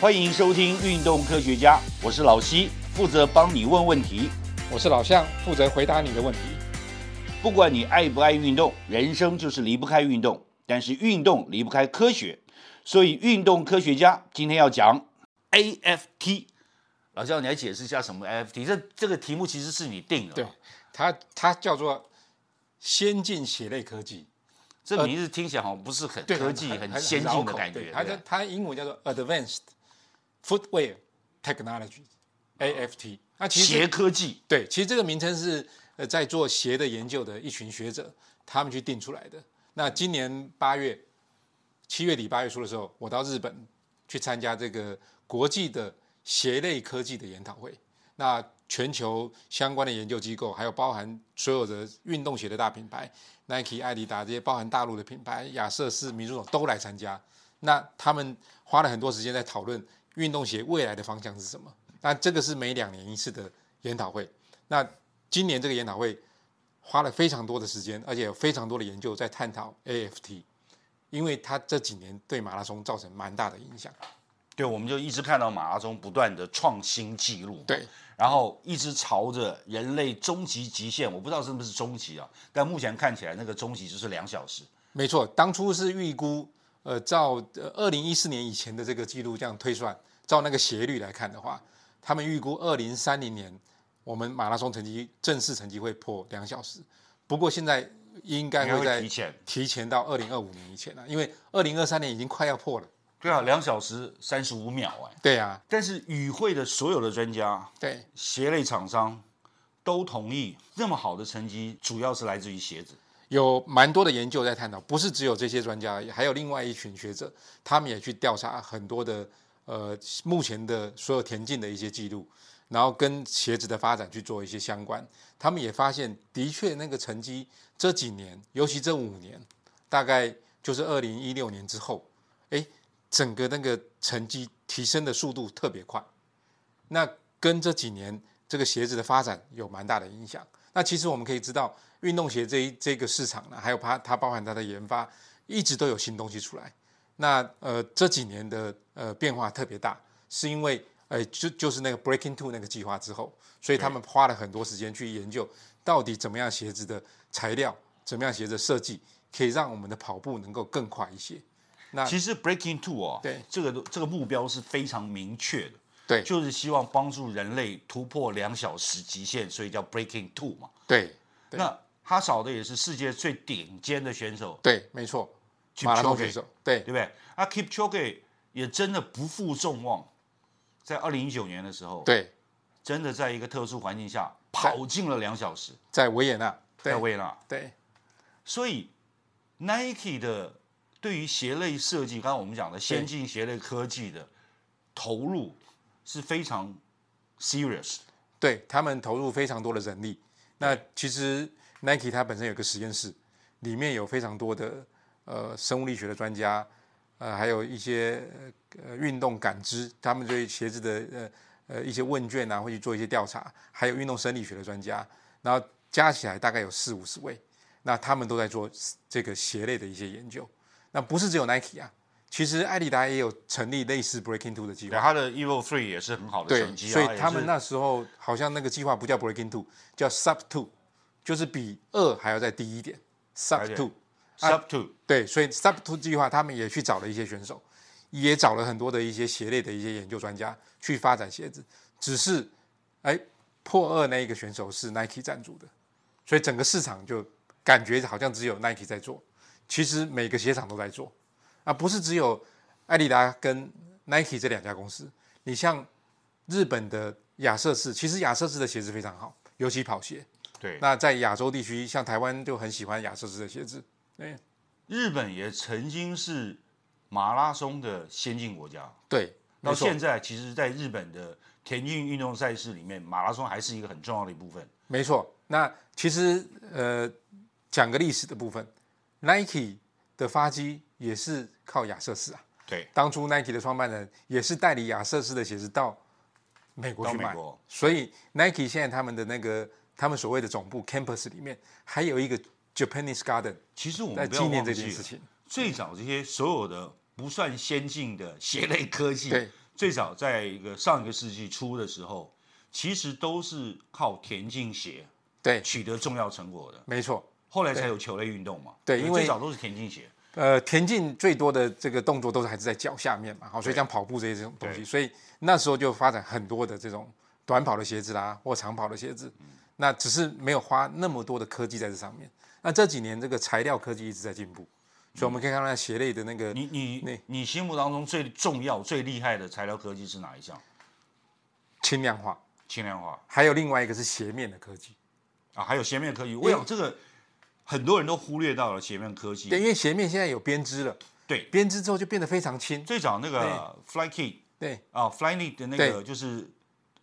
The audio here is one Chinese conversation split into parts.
欢迎收听《运动科学家》，我是老西，负责帮你问问题。我是老向，负责回答你的问题。不管你爱不爱运动，人生就是离不开运动，但是运动离不开科学，所以运动科学家今天要讲 AFT。老肖，你来解释一下什么 AFT？这这个题目其实是你定的，对，，它它叫做先进血类科技，这名字听起来好像不是很呃对科技、很很先进的感对觉。它对的不对它英文叫做 Advanced Footwear Technology（AFT）。那其实鞋科技，对，其实这个名称是呃在做鞋的研究的一群学者他们去定出来的。那今年八月，七月底八月初的时候，我到日本去参加这个国际的鞋类科技的研讨会。那全球相关的研究机构，还有包含所有的运动鞋的大品牌，Nike、艾迪达这些包含大陆的品牌，亚瑟士、米zuno 都来参加。那他们花了很多时间在讨论运动鞋未来的方向是什么。那这个是每两年一次的研讨会。那今年这个研讨会花了非常多的时间，而且有非常多的研究在探讨 AFT，因为它这几年对马拉松造成蛮大的影响。对，我们就一直看到马拉松不断的创新纪录。对，然后一直朝着人类终极极限，我不知道是不是终极啊，但目前看起来那个终极就是两小时。没错，当初是预估，呃，照二零一四年以前的这个记录这样推算，照那个斜率来看的话，他们预估二零三零年我们马拉松成绩正式成绩会破两小时，不过现在应该应该会会在提前提前到二零二五年以前了、因为二零二三年已经快要破了。对啊，两小时三十五秒哎。对啊，但是与会的所有的专家、对。鞋类厂商都同意，那么好的成绩主要是来自于鞋子。有蛮多的研究在探讨，不是只有这些专家而已，还有另外一群学者，他们也去调查很多的呃目前的所有田径的一些记录，然后跟鞋子的发展去做一些相关。他们也发现，的确那个成绩这几年，尤其这五年，大概就是二零一六年之后，哎，整个那个成绩提升的速度特别快。那跟这几年这个鞋子的发展有蛮大的影响。那其实我们可以知道，运动鞋这一这个市场呢，还有它它包含它的研发，一直都有新东西出来。那呃这几年的呃变化特别大，是因为呃就就是那个 Breaking Two 那个计划之后，所以他们花了很多时间去研究到底怎么样鞋子的材料，怎么样鞋子的设计可以让我们的跑步能够更快一些。那其实 Breaking Two 哦，啊对这个这个目标是非常明确的，对就是希望帮助人类突破两小时极限，所以叫 Breaking Two 嘛。对对那他找的也是世界最顶尖的选手，对，没错， Kipchoge 马拉松选手对对不对？啊，Kipchoge 也真的不负众望，在二零一九年的时候，对，真的在一个特殊环境下跑进了两小时，在维也纳对在维也纳。对所以 Nike 的对于鞋类设计，刚刚我们讲的先进鞋类科技的投入是非常 serious 的。对，他们投入非常多的人力。那其实 Nike 它本身有个实验室，里面有非常多的呃生物力学的专家，呃，还有一些呃呃运动感知，他们对鞋子的呃呃一些问卷啊，会去做一些调查，还有运动生理学的专家，然后加起来大概有四五十位，那他们都在做这个鞋类的一些研究。那不是只有 Nike 啊，其实艾迪达也有成立类似 Breaking Two 的计划对，。他的 Evo Three 也是很好的对，成绩啊，所以也他是们那时候好像那个计划不叫 Breaking Two，叫 Sub Two，就是比二还要再低一点了，Sub 解 Two。啊 Sub Two 对，所以 Sub Two 计划他们也去找了一些选手，也找了很多的一些鞋类的一些研究专家去发展鞋子，只是哎破二那一个选手是 Nike 赞助的，所以整个市场就感觉好像只有 Nike 在做，其实每个鞋厂都在做，啊不是只有艾迪达跟 Nike 这两家公司，你像日本的亚瑟士，其实亚瑟士的鞋子非常好，尤其跑鞋。对。那在亚洲地区，像台湾就很喜欢亚瑟士的鞋子。日本也曾经是马拉松的先进国家，对，到没错。现在其实，在日本的田径运动赛事里面，马拉松还是一个很重要的一部分。没错，那其实呃，讲个历史的部分，Nike 的发迹也是靠亚瑟士啊。对，当初 Nike 的创办人也是代理亚瑟士的鞋子到美国到去美卖，国所以 Nike 现在他们的那个他们所谓的总部 campus 里面还有一个 Japanese Garden 其实我在们不要纪念忘这记件事了，情。最早这些所有的不算先进的鞋类科技对，最早在一个上一个世纪初的时候，其实都是靠田径鞋对，取得重要成果的，没错。后来才有球类运动嘛。对可是因为最早都是田径鞋。呃，田径最多的这个动作都是还是在脚下面嘛，好，所以像跑步这些这种东西，所以那时候就发展很多的这种短跑的鞋子啦，或长跑的鞋子，那只是没有花那么多的科技在这上面。那这几年这个材料科技一直在进步，所以我们可以看到那鞋类的那个你你那你心目当中最重要、最厉害的材料科技是哪一项？轻量化，轻量化还有另外一个是鞋面的科技，啊，还有鞋面科技。我想这个很多人都忽略到了鞋面科技。对，因为鞋面现在有编织了，对编织之后就变得非常轻，最早那个 Fly Kid 对啊，Fly Kid 的那个对就是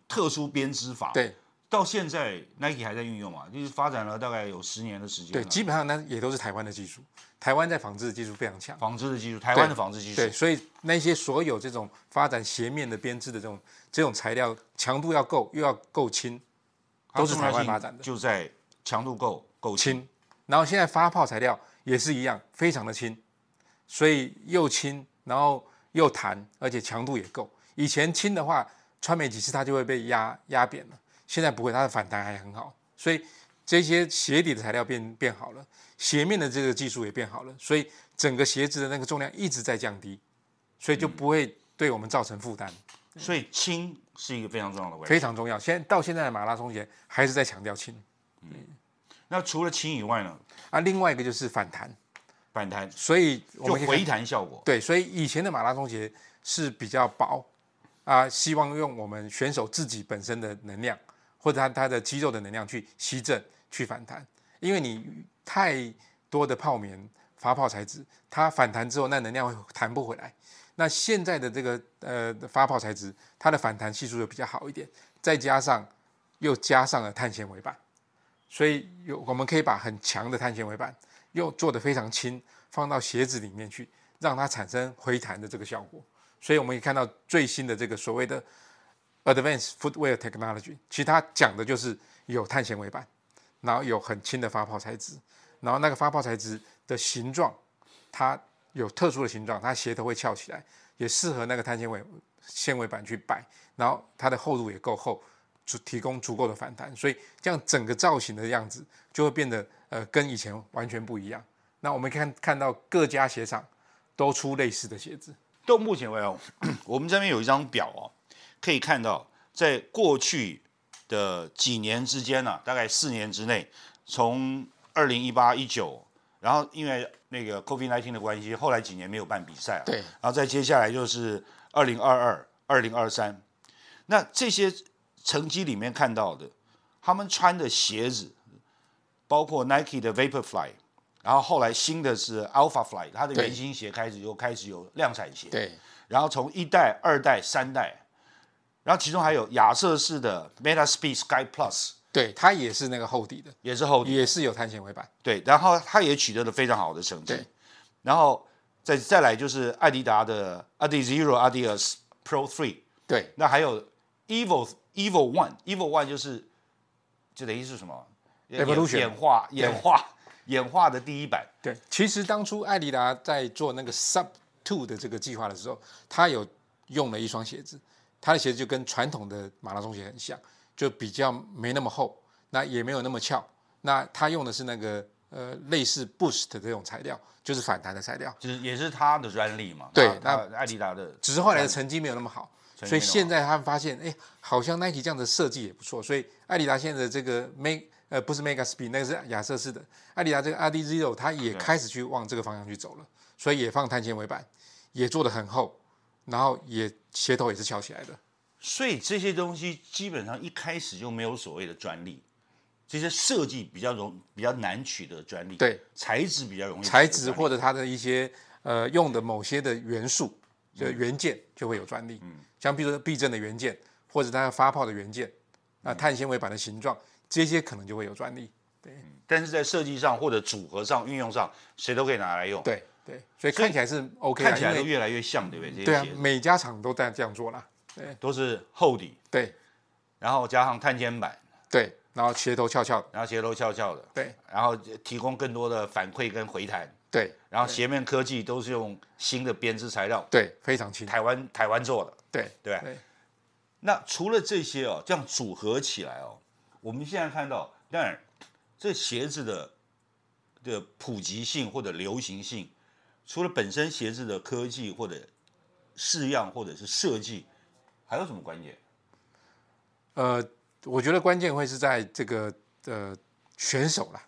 特殊编织法。对到现在 Nike 还在运用嘛，就是发展了大概有十年的时间对，了。基本上那也都是台湾的技术，台湾在纺织的技术非常强。纺织的技术，台湾的纺织技术对，，所以那些所有这种发展鞋面的编织的这种这种材料，强度要够，又要够轻，它都是重要台湾性发展的就在强度够够轻。轻。然后现在发泡材料也是一样，非常的轻，所以又轻，然后又弹，而且强度也够。以前轻的话，穿没几次它就会被压压扁了，现在不会，它的反弹还很好，所以这些鞋底的材料变变好了，鞋面的这个技术也变好了，所以整个鞋子的那个重量一直在降低，所以就不会对我们造成负担。所以轻是一个非常重要的位置。非常重要。现在到现在的马拉松鞋还是在强调轻那除了轻以外呢，啊，另外一个就是反弹，反弹所以我就们可以看回弹效果。对，所以以前的马拉松鞋是比较薄啊，希望用我们选手自己本身的能量或者他他的肌肉的能量去吸震去反弹，因为你太多的泡棉发泡材质，它反弹之后那能量会弹不回来。那现在的这个呃发泡材质，它的反弹系数又比较好一点，再加上又加上了碳纤维板，所以有我们可以把很强的碳纤维板又做得非常轻，放到鞋子里面去，让它产生回弹的这个效果。所以我们可以看到最新的这个所谓的 Advanced Footwear Technology，其实它讲的就是有碳纤维板，然后有很轻的发泡材质，然后那个发泡材质的形状，它有特殊的形状，它鞋头会翘起来，也适合那个碳纤维纤维板去摆，然后它的厚度也够厚，足提供足够的反弹，所以这样整个造型的样子就会变得呃跟以前完全不一样。那我们看看到各家鞋厂都出类似的鞋子，到目前为止哦， 我们这边有一张表哦，可以看到，在过去的几年之间呢、大概四年之内，从二零一八一九，然后因为那个 COVID 1 9的关系，后来几年没有办比赛啊，对，然后再接下来就是二零二二、二零二三，那这些成绩里面看到的，他们穿的鞋子，包括 Nike 的 Vaporfly。然后后来新的是 Alpha Fly，它的对原型鞋开始又开始有量产鞋，对然后从一代、二代、三代，然后其中还有亚瑟士的 Meta Speed Sky Plus 对，它也是那个厚底的，也是后也是有碳纤维板，对，然后它也取得了非常好的成绩对。然后再再来就是艾迪达的 Adi Zero、Adios Pro Three，对那还有 Evo Evo One、Evo One 就是就等于是什么 Evolution 演化演化演化的第一版，对。其实当初艾迪达在做那个 Sub Two 的这个计划的时候，它有用了一双鞋子，它的鞋子就跟传统的马拉松鞋很像，就比较没那么厚，那也没有那么翘，那它用的是那个呃类似 Boost 的这种材料，就是反弹的材料。就是也是它的专利嘛。对那艾迪达的只是后来的成绩没有那么好，成绩所以没有现在他们发现，哎、好像 Nike 这样的设计也不错，所以艾迪达现在的这个 Make 呃不是 Mega Speed，那个是亚瑟士的，艾迪达这个 RD Zero 它也开始去往这个方向去走了，所以也放碳纤维板，也做的很厚，然后也鞋头也是翘起来的，所以这些东西基本上一开始就没有所谓的专利，这些设计比较容比较难取得专利，对，材质比较容易取得专材利质或者它的一些呃用的某些的元素的嗯元件就会有专利，嗯，像比如说避震的元件或者它发泡的元件，那嗯碳纤维板的形状这些可能就会有专利。但是在设计上或者组合上、运用上，谁都可以拿来用，对对，所以看起来是 OK，啦看起来因都为越来越像，对不对？这对些啊鞋，子每家厂都在这样做啦。都是厚底，对然后加上碳纤板，对，然后鞋头翘翘的，然后鞋头翘翘的，对然后提供更多的反馈跟回弹，对然后鞋面科技都是用新的编织材料，对，非常轻，台湾台湾做的。对对对那除了这些哦，这样组合起来哦，我们现在看到，当然这鞋子的的普及性或者流行性，除了本身鞋子的科技或者式样或者是设计，还有什么关键？呃，我觉得关键会是在这个呃选手啦，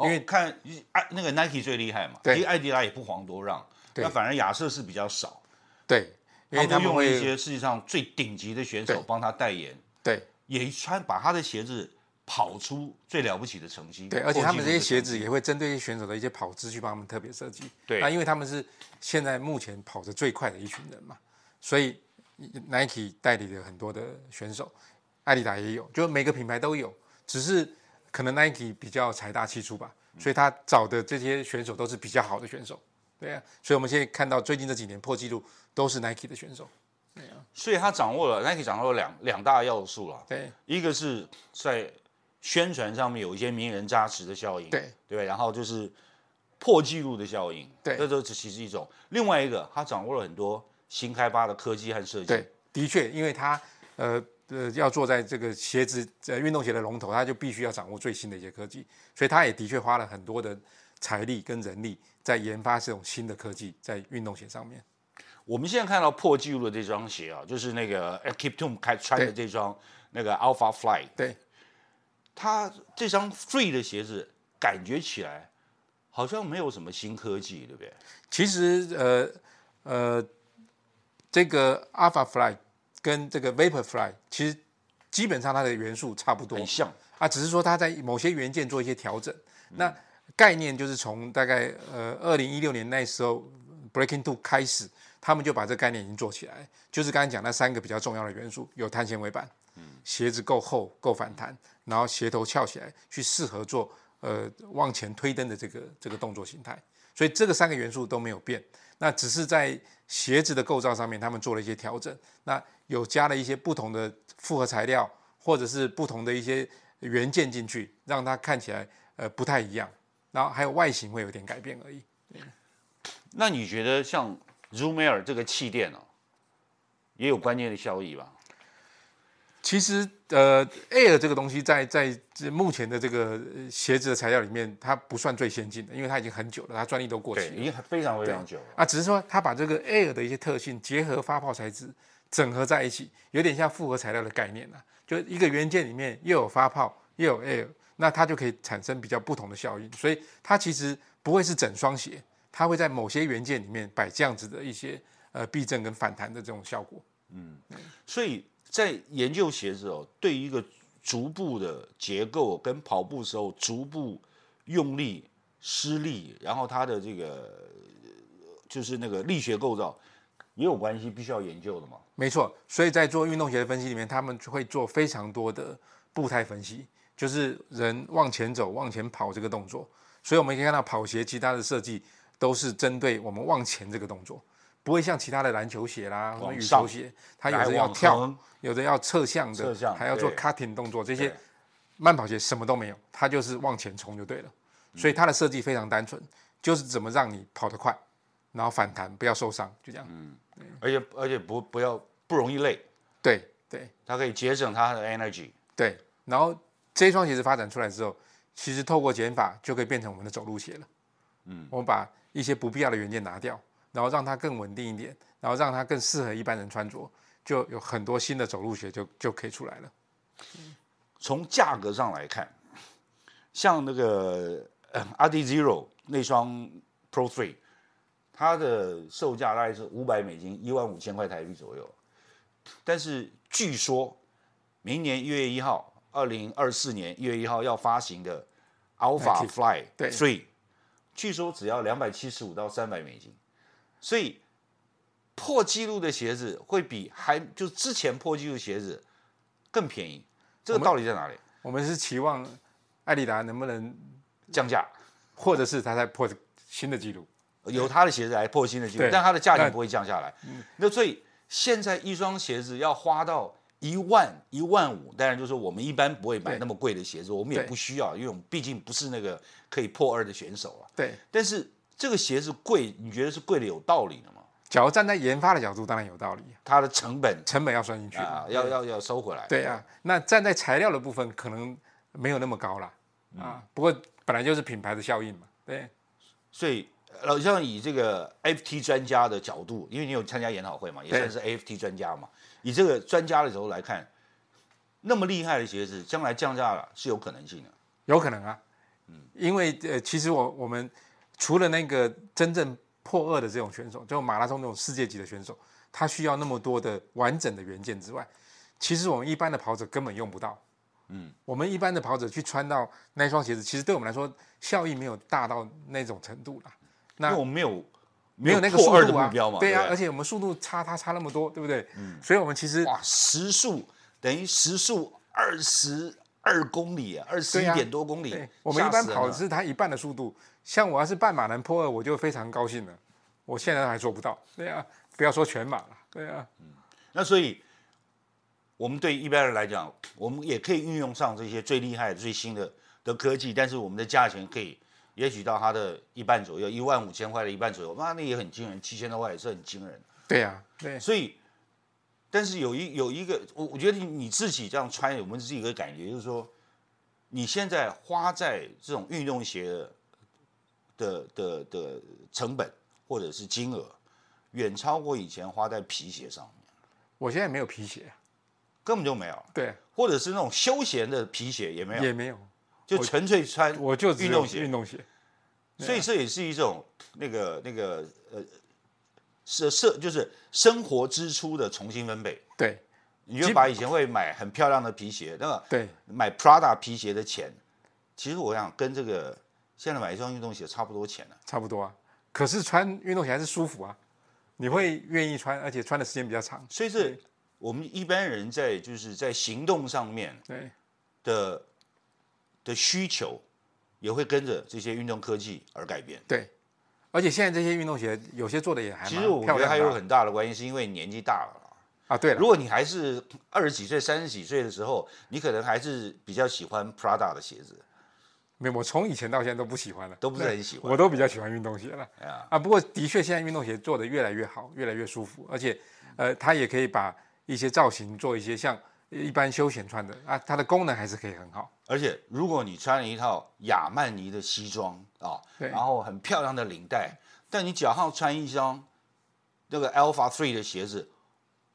因因为为哦看爱那个 Nike 最厉害嘛，对其实艾迪达也不遑多让，对那反而亚瑟士比较少，对，因为他他们们用一会些世界上最顶级的选手对帮他代言，对也穿把他的鞋子跑出最了不起的成绩。对，而且他们这些鞋子破纪录的成绩也会针对选手的一些跑姿去帮他们特别设计。对那因为他们是现在目前跑得最快的一群人嘛，所以 Nike 代理了很多的选手，艾迪达也有，就每个品牌都有，只是可能 Nike 比较财大气粗吧，所以他找的这些选手都是比较好的选手。对啊，所以我们现在看到最近这几年破纪录都是 Nike 的选手。所以他掌握了 Nike 掌握了两两大要素了，对一个是在宣传上面有一些名人加持的效应，对对吧，然后就是破纪录的效应，对这都只其实一种。另外一个，他掌握了很多新开发的科技和设计，对，的确，因为他呃呃要坐在这个鞋子呃运动鞋的龙头，他就必须要掌握最新的一些科技，所以他也的确花了很多的财力跟人力在研发这种新的科技在运动鞋上面。我们现在看到破纪录的这双鞋啊，就是那个 Keep Tom 开穿的这双那个 Alpha Fly，对，它这双 Free 的鞋子感觉起来好像没有什么新科技，对不对？其实呃呃，这个 Alpha Fly 跟这个 Vapor Fly 其实基本上它的元素差不多很，像，啊，只是说它在某些元件做一些调整。那概念就是从大概呃二零一六年那时候 Breaking Two 开始，他们就把这概念已经做起来，就是刚才讲那三个比较重要的元素，有碳纤维板，鞋子够厚够反弹，然后鞋头翘起来，去适合做呃往前推蹬的这个这个动作形态。所以这个三个元素都没有变，那只是在鞋子的构造上面，他们做了一些调整。那有加了一些不同的复合材料，或者是不同的一些元件进去，让它看起来呃不太一样。然后还有外形会有点改变而已。那你觉得像 Zoom Air 这个气垫呢、也有关键的效益吧？其实呃，Air 这个东西在在这目前的这个呃鞋子的材料里面，它不算最先进的，因为它已经很久了，它专利都过期对，了。已经非常非常久了。啊，只是说它把这个 air 的一些特性结合发泡材质整合在一起，有点像复合材料的概念啊，就一个元件里面又有发泡又有 air，那它就可以产生比较不同的效应。所以它其实不会是整双鞋，它会在某些元件里面摆这样子的一些呃避震跟反弹的这种效果。所以在研究鞋子哦，对一个足部的结构跟跑步时候足部用力施力，然后它的这个呃就是那个力学构造也有关系，必须要研究的嘛。没错，所以在做运动鞋的分析里面，他们会做非常多的步态分析，就是人往前走、往前跑这个动作。所以我们可以看到跑鞋其他的设计都是针对我们往前这个动作，不会像其他的篮球鞋啦、或者往羽上球鞋，它有来的要往跳横，有的要侧向的，侧向还要做对 cutting 动作，这些对慢跑鞋什么都没有，它就是往前冲就对了。嗯所以它的设计非常单纯，就是怎么让你跑得快，然后反弹不要受伤，就这样。嗯而且而且不不要不容易累，对对。它可以节省它的 energy。对，然后这双鞋子发展出来之后，其实透过减法就可以变成我们的走路鞋了。嗯，我们把一些不必要的元件拿掉，然后让它更稳定一点，然后让它更适合一般人穿着，就有很多新的走路鞋就就可以出来了。从价格上来看，像那个阿迪 Zero 那双 Pro Three，它的售价大概是五百美金，一万五千块台币左右。但是据说明年一月一号，二零二四年一月一号要发行的 Alpha Nike Fly 对 Three，据说只要两百七十五到三百美金，所以破纪录的鞋子会比还就之前破纪录鞋子更便宜，这个道理在哪里？我们是期望艾迪达能不能，降价，或者是它在破新的纪录。由他的鞋子来破新的记录，对嗯但它的价钱不会降下来。那所以现在一双鞋子要花到一万一万五，当然就是我们一般不会买对那么贵的鞋子，我们也对不需要，因为我们毕竟不是那个可以破二的选手啊。对但是这个鞋子贵，你觉得是贵的有道理的吗？假如站在研发的角度，当然有道理，它的成本成本要算进去啊，要要要收回来。对啊，那站在材料的部分可能没有那么高啦，啊，不过本来就是品牌的效应嘛，对，所以老像以这个 FT 专家的角度，因为你有参加研讨会嘛，也算是 FT 专家嘛，以这个专家的角度来看，那么厉害的鞋子，将来降价了是有可能性的。有可能啊，嗯因为呃，其实我我们除了那个真正破二的这种选手，就马拉松这种世界级的选手，他需要那么多的完整的元件之外，其实我们一般的跑者根本用不到。嗯，我们一般的跑者去穿到那双鞋子，其实对我们来说效益没有大到那种程度啦。那因为我们没有没有那个破速二的度啊，目标嘛，对啊，不而且我们速度差它差那么多，对不对？嗯，所以我们其实哇，时速等于时速二十二公里，二十对一啊点多公里对，我们一吓般死人跑了的是它一半的速度。像我要是半马能破二，我就非常高兴了。我现在还做不到，对啊，不要说全马了，对啊，那所以，我们对一般人来讲，我们也可以运用上这些最厉害的、最新的的科技，但是我们的价钱可以，也许到它的一半左右，一万五千块的一半左右，哇，那也很惊人，七千多块也是很惊人。对啊，对，所以，但是有一有一个，我我觉得你你自己这样穿，我们自己有一个感觉，就是说，你现在花在这种运动鞋的的的的成本或者是金额，远超过以前花在皮鞋上面，我现在没有皮啊鞋，根本就没有。对，或者是那种休闲的皮鞋也没有，也没有，就纯粹穿，我啊就只有运动鞋运动鞋，所以这也是一种那个那个呃，是社就是生活支出的重新分配。对你就把以前会买很漂亮的皮鞋，那么对，买 Prada 皮鞋的钱，其实我想跟这个现在买一双运动鞋差不多钱了、差不多啊。可是穿运动鞋还是舒服啊，你会愿意穿，而且穿的时间比较长，所以这我们一般人在就是在行动上面对的的需求，也会跟着这些运动科技而改变。对。而且现在这些运动鞋有些做的也还其蛮实我漂觉得亮还的有啊很大的关系，是因为年纪大了啦。啊，对了如，果你还是二十几岁、三十几岁的时候，你可能还是比较喜欢 Prada 的鞋子，没有，我从以前到现在都不喜欢了，都不是很喜欢我。都比较喜欢运动鞋了啊啊。不过的确，现在运动鞋做的越来越好，越来越舒服，而且呃，它也可以把一些造型做一些像一般休闲穿的啊，它的功能还是可以很好。而且，如果你穿了一套亚曼尼的西装啊，对然后很漂亮的领带，但你脚上穿一双那个 Alpha Three 的鞋子，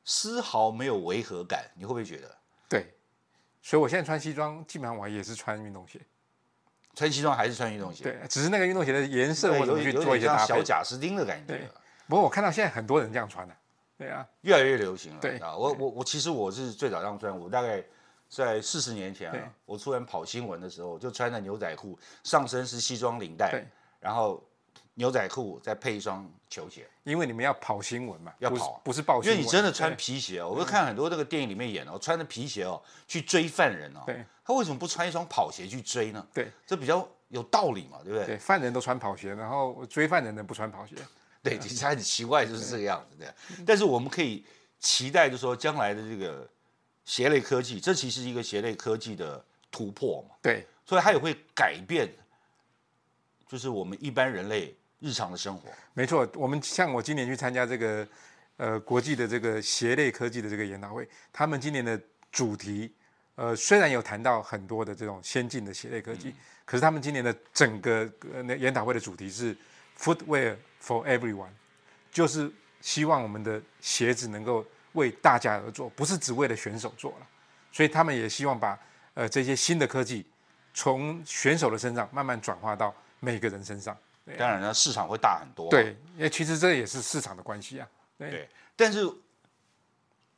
丝毫没有违和感，你会不会觉得对，所以我现在穿西装，基本上我也是穿运动鞋。穿西装还是穿运动鞋？对，只是那个运动鞋的颜色对我怎有么去点有做一点像些搭小配。贾斯汀的感觉对。不过我看到现在很多人这样穿的、对啊，越来越流行了。对啊，我我我其实我是最早这样穿，我大概在四十年前、对啊，我出门跑新闻的时候，就穿着牛仔裤，上身是西装领带对，然后牛仔裤再配一双球鞋，因为你们要跑新闻嘛，要不是跑啊不是报因新为闻，你真的穿对嗯皮鞋、哦，我会看很多那个电影里面演哦，穿着皮鞋哦去追犯人哦，对他为什么不穿一双跑鞋去追呢？对这比较有道理嘛，对不对？对，犯人都穿跑鞋，然后追犯人的不穿跑鞋。嗯对，其实很奇怪，就是这个样子的。但是我们可以期待，就是说将来的这个鞋类科技，这其实是一个鞋类科技的突破嘛，对，所以它也会改变，就是我们一般人类日常的生活。没错，我们像我今年去参加这个呃国际的这个鞋类科技的这个研讨会，他们今年的主题呃虽然有谈到很多的这种先进的鞋类科技，可是他们今年的整个呃那研讨会的主题是 Footwear for Everyone，就是希望我们的鞋子能够为大家而做，不是只为了选手做了。所以他们也希望把呃这些新的科技从选手的身上慢慢转化到每个人身上。对啊当然呢，市场会大很多。对，因为其实这也是市场的关系啊。对对，但是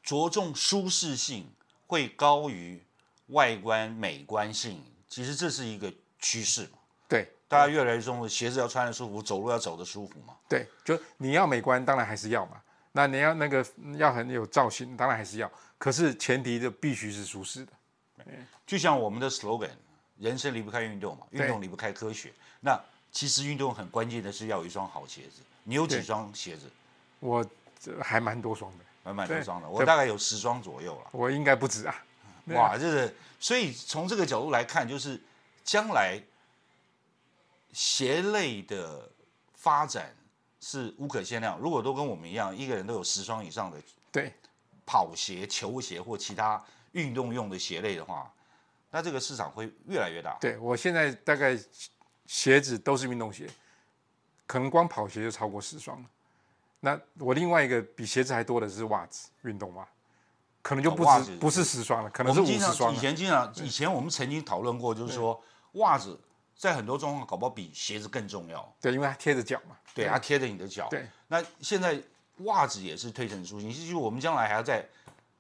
着重舒适性会高于外观美观性，其实这是一个趋势嘛。对大家越来越重视鞋子要穿得舒服，走路要走得舒服嘛。对，就你要美观，当然还是要嘛。那你要那个嗯要很有造型，当然还是要。可是前提就必须是舒适的。就像我们的 slogan，人生离不开运动嘛，运对动离不开科学。那其实运动很关键的是要有一双好鞋子。你有几对双鞋子？我这还蛮多双的，满满多对双的，我对大概有十双左右了。我应该不止啊。对啊哇，这个，所以从这个角度来看，就是将来鞋类的发展是无可限量。如果都跟我们一样，一个人都有十双以上的对，跑鞋、球鞋或其他运动用的鞋类的话，那这个市场会越来越大。对我现在大概鞋子都是运动鞋，可能光跑鞋就超过十双了。那我另外一个比鞋子还多的是袜子，运动袜，可能就不哦袜止子不是十双了，可我能是们五经十常双啊以了。前经常以前我们曾经讨论过，就是说袜子在很多状况搞不好比鞋子更重要。对，因为它贴着脚嘛。对，啊它贴着你的脚。对，那现在袜子也是推陈出新，其实我们将来还要再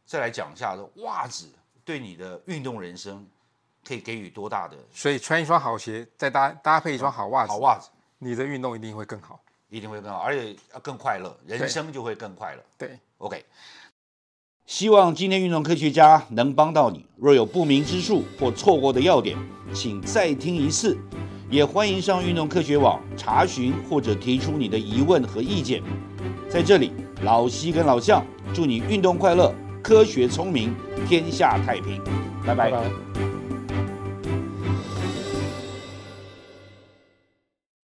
再来讲一下，袜子对你的运动人生可以给予多大的所以穿一双好鞋，再搭搭配一双好袜子好，袜子，你的运动一定会更好。一定会更好，而且要更快乐，人对生就会更快乐。对， OK。希望今天运动科学家能帮到你。若有不明之处或错过的要点，请再听一次。也欢迎上运动科学网查询或者提出你的疑问和意见。在这里，老西跟老向祝你运动快乐，科学聪明，天下太平。拜拜拜拜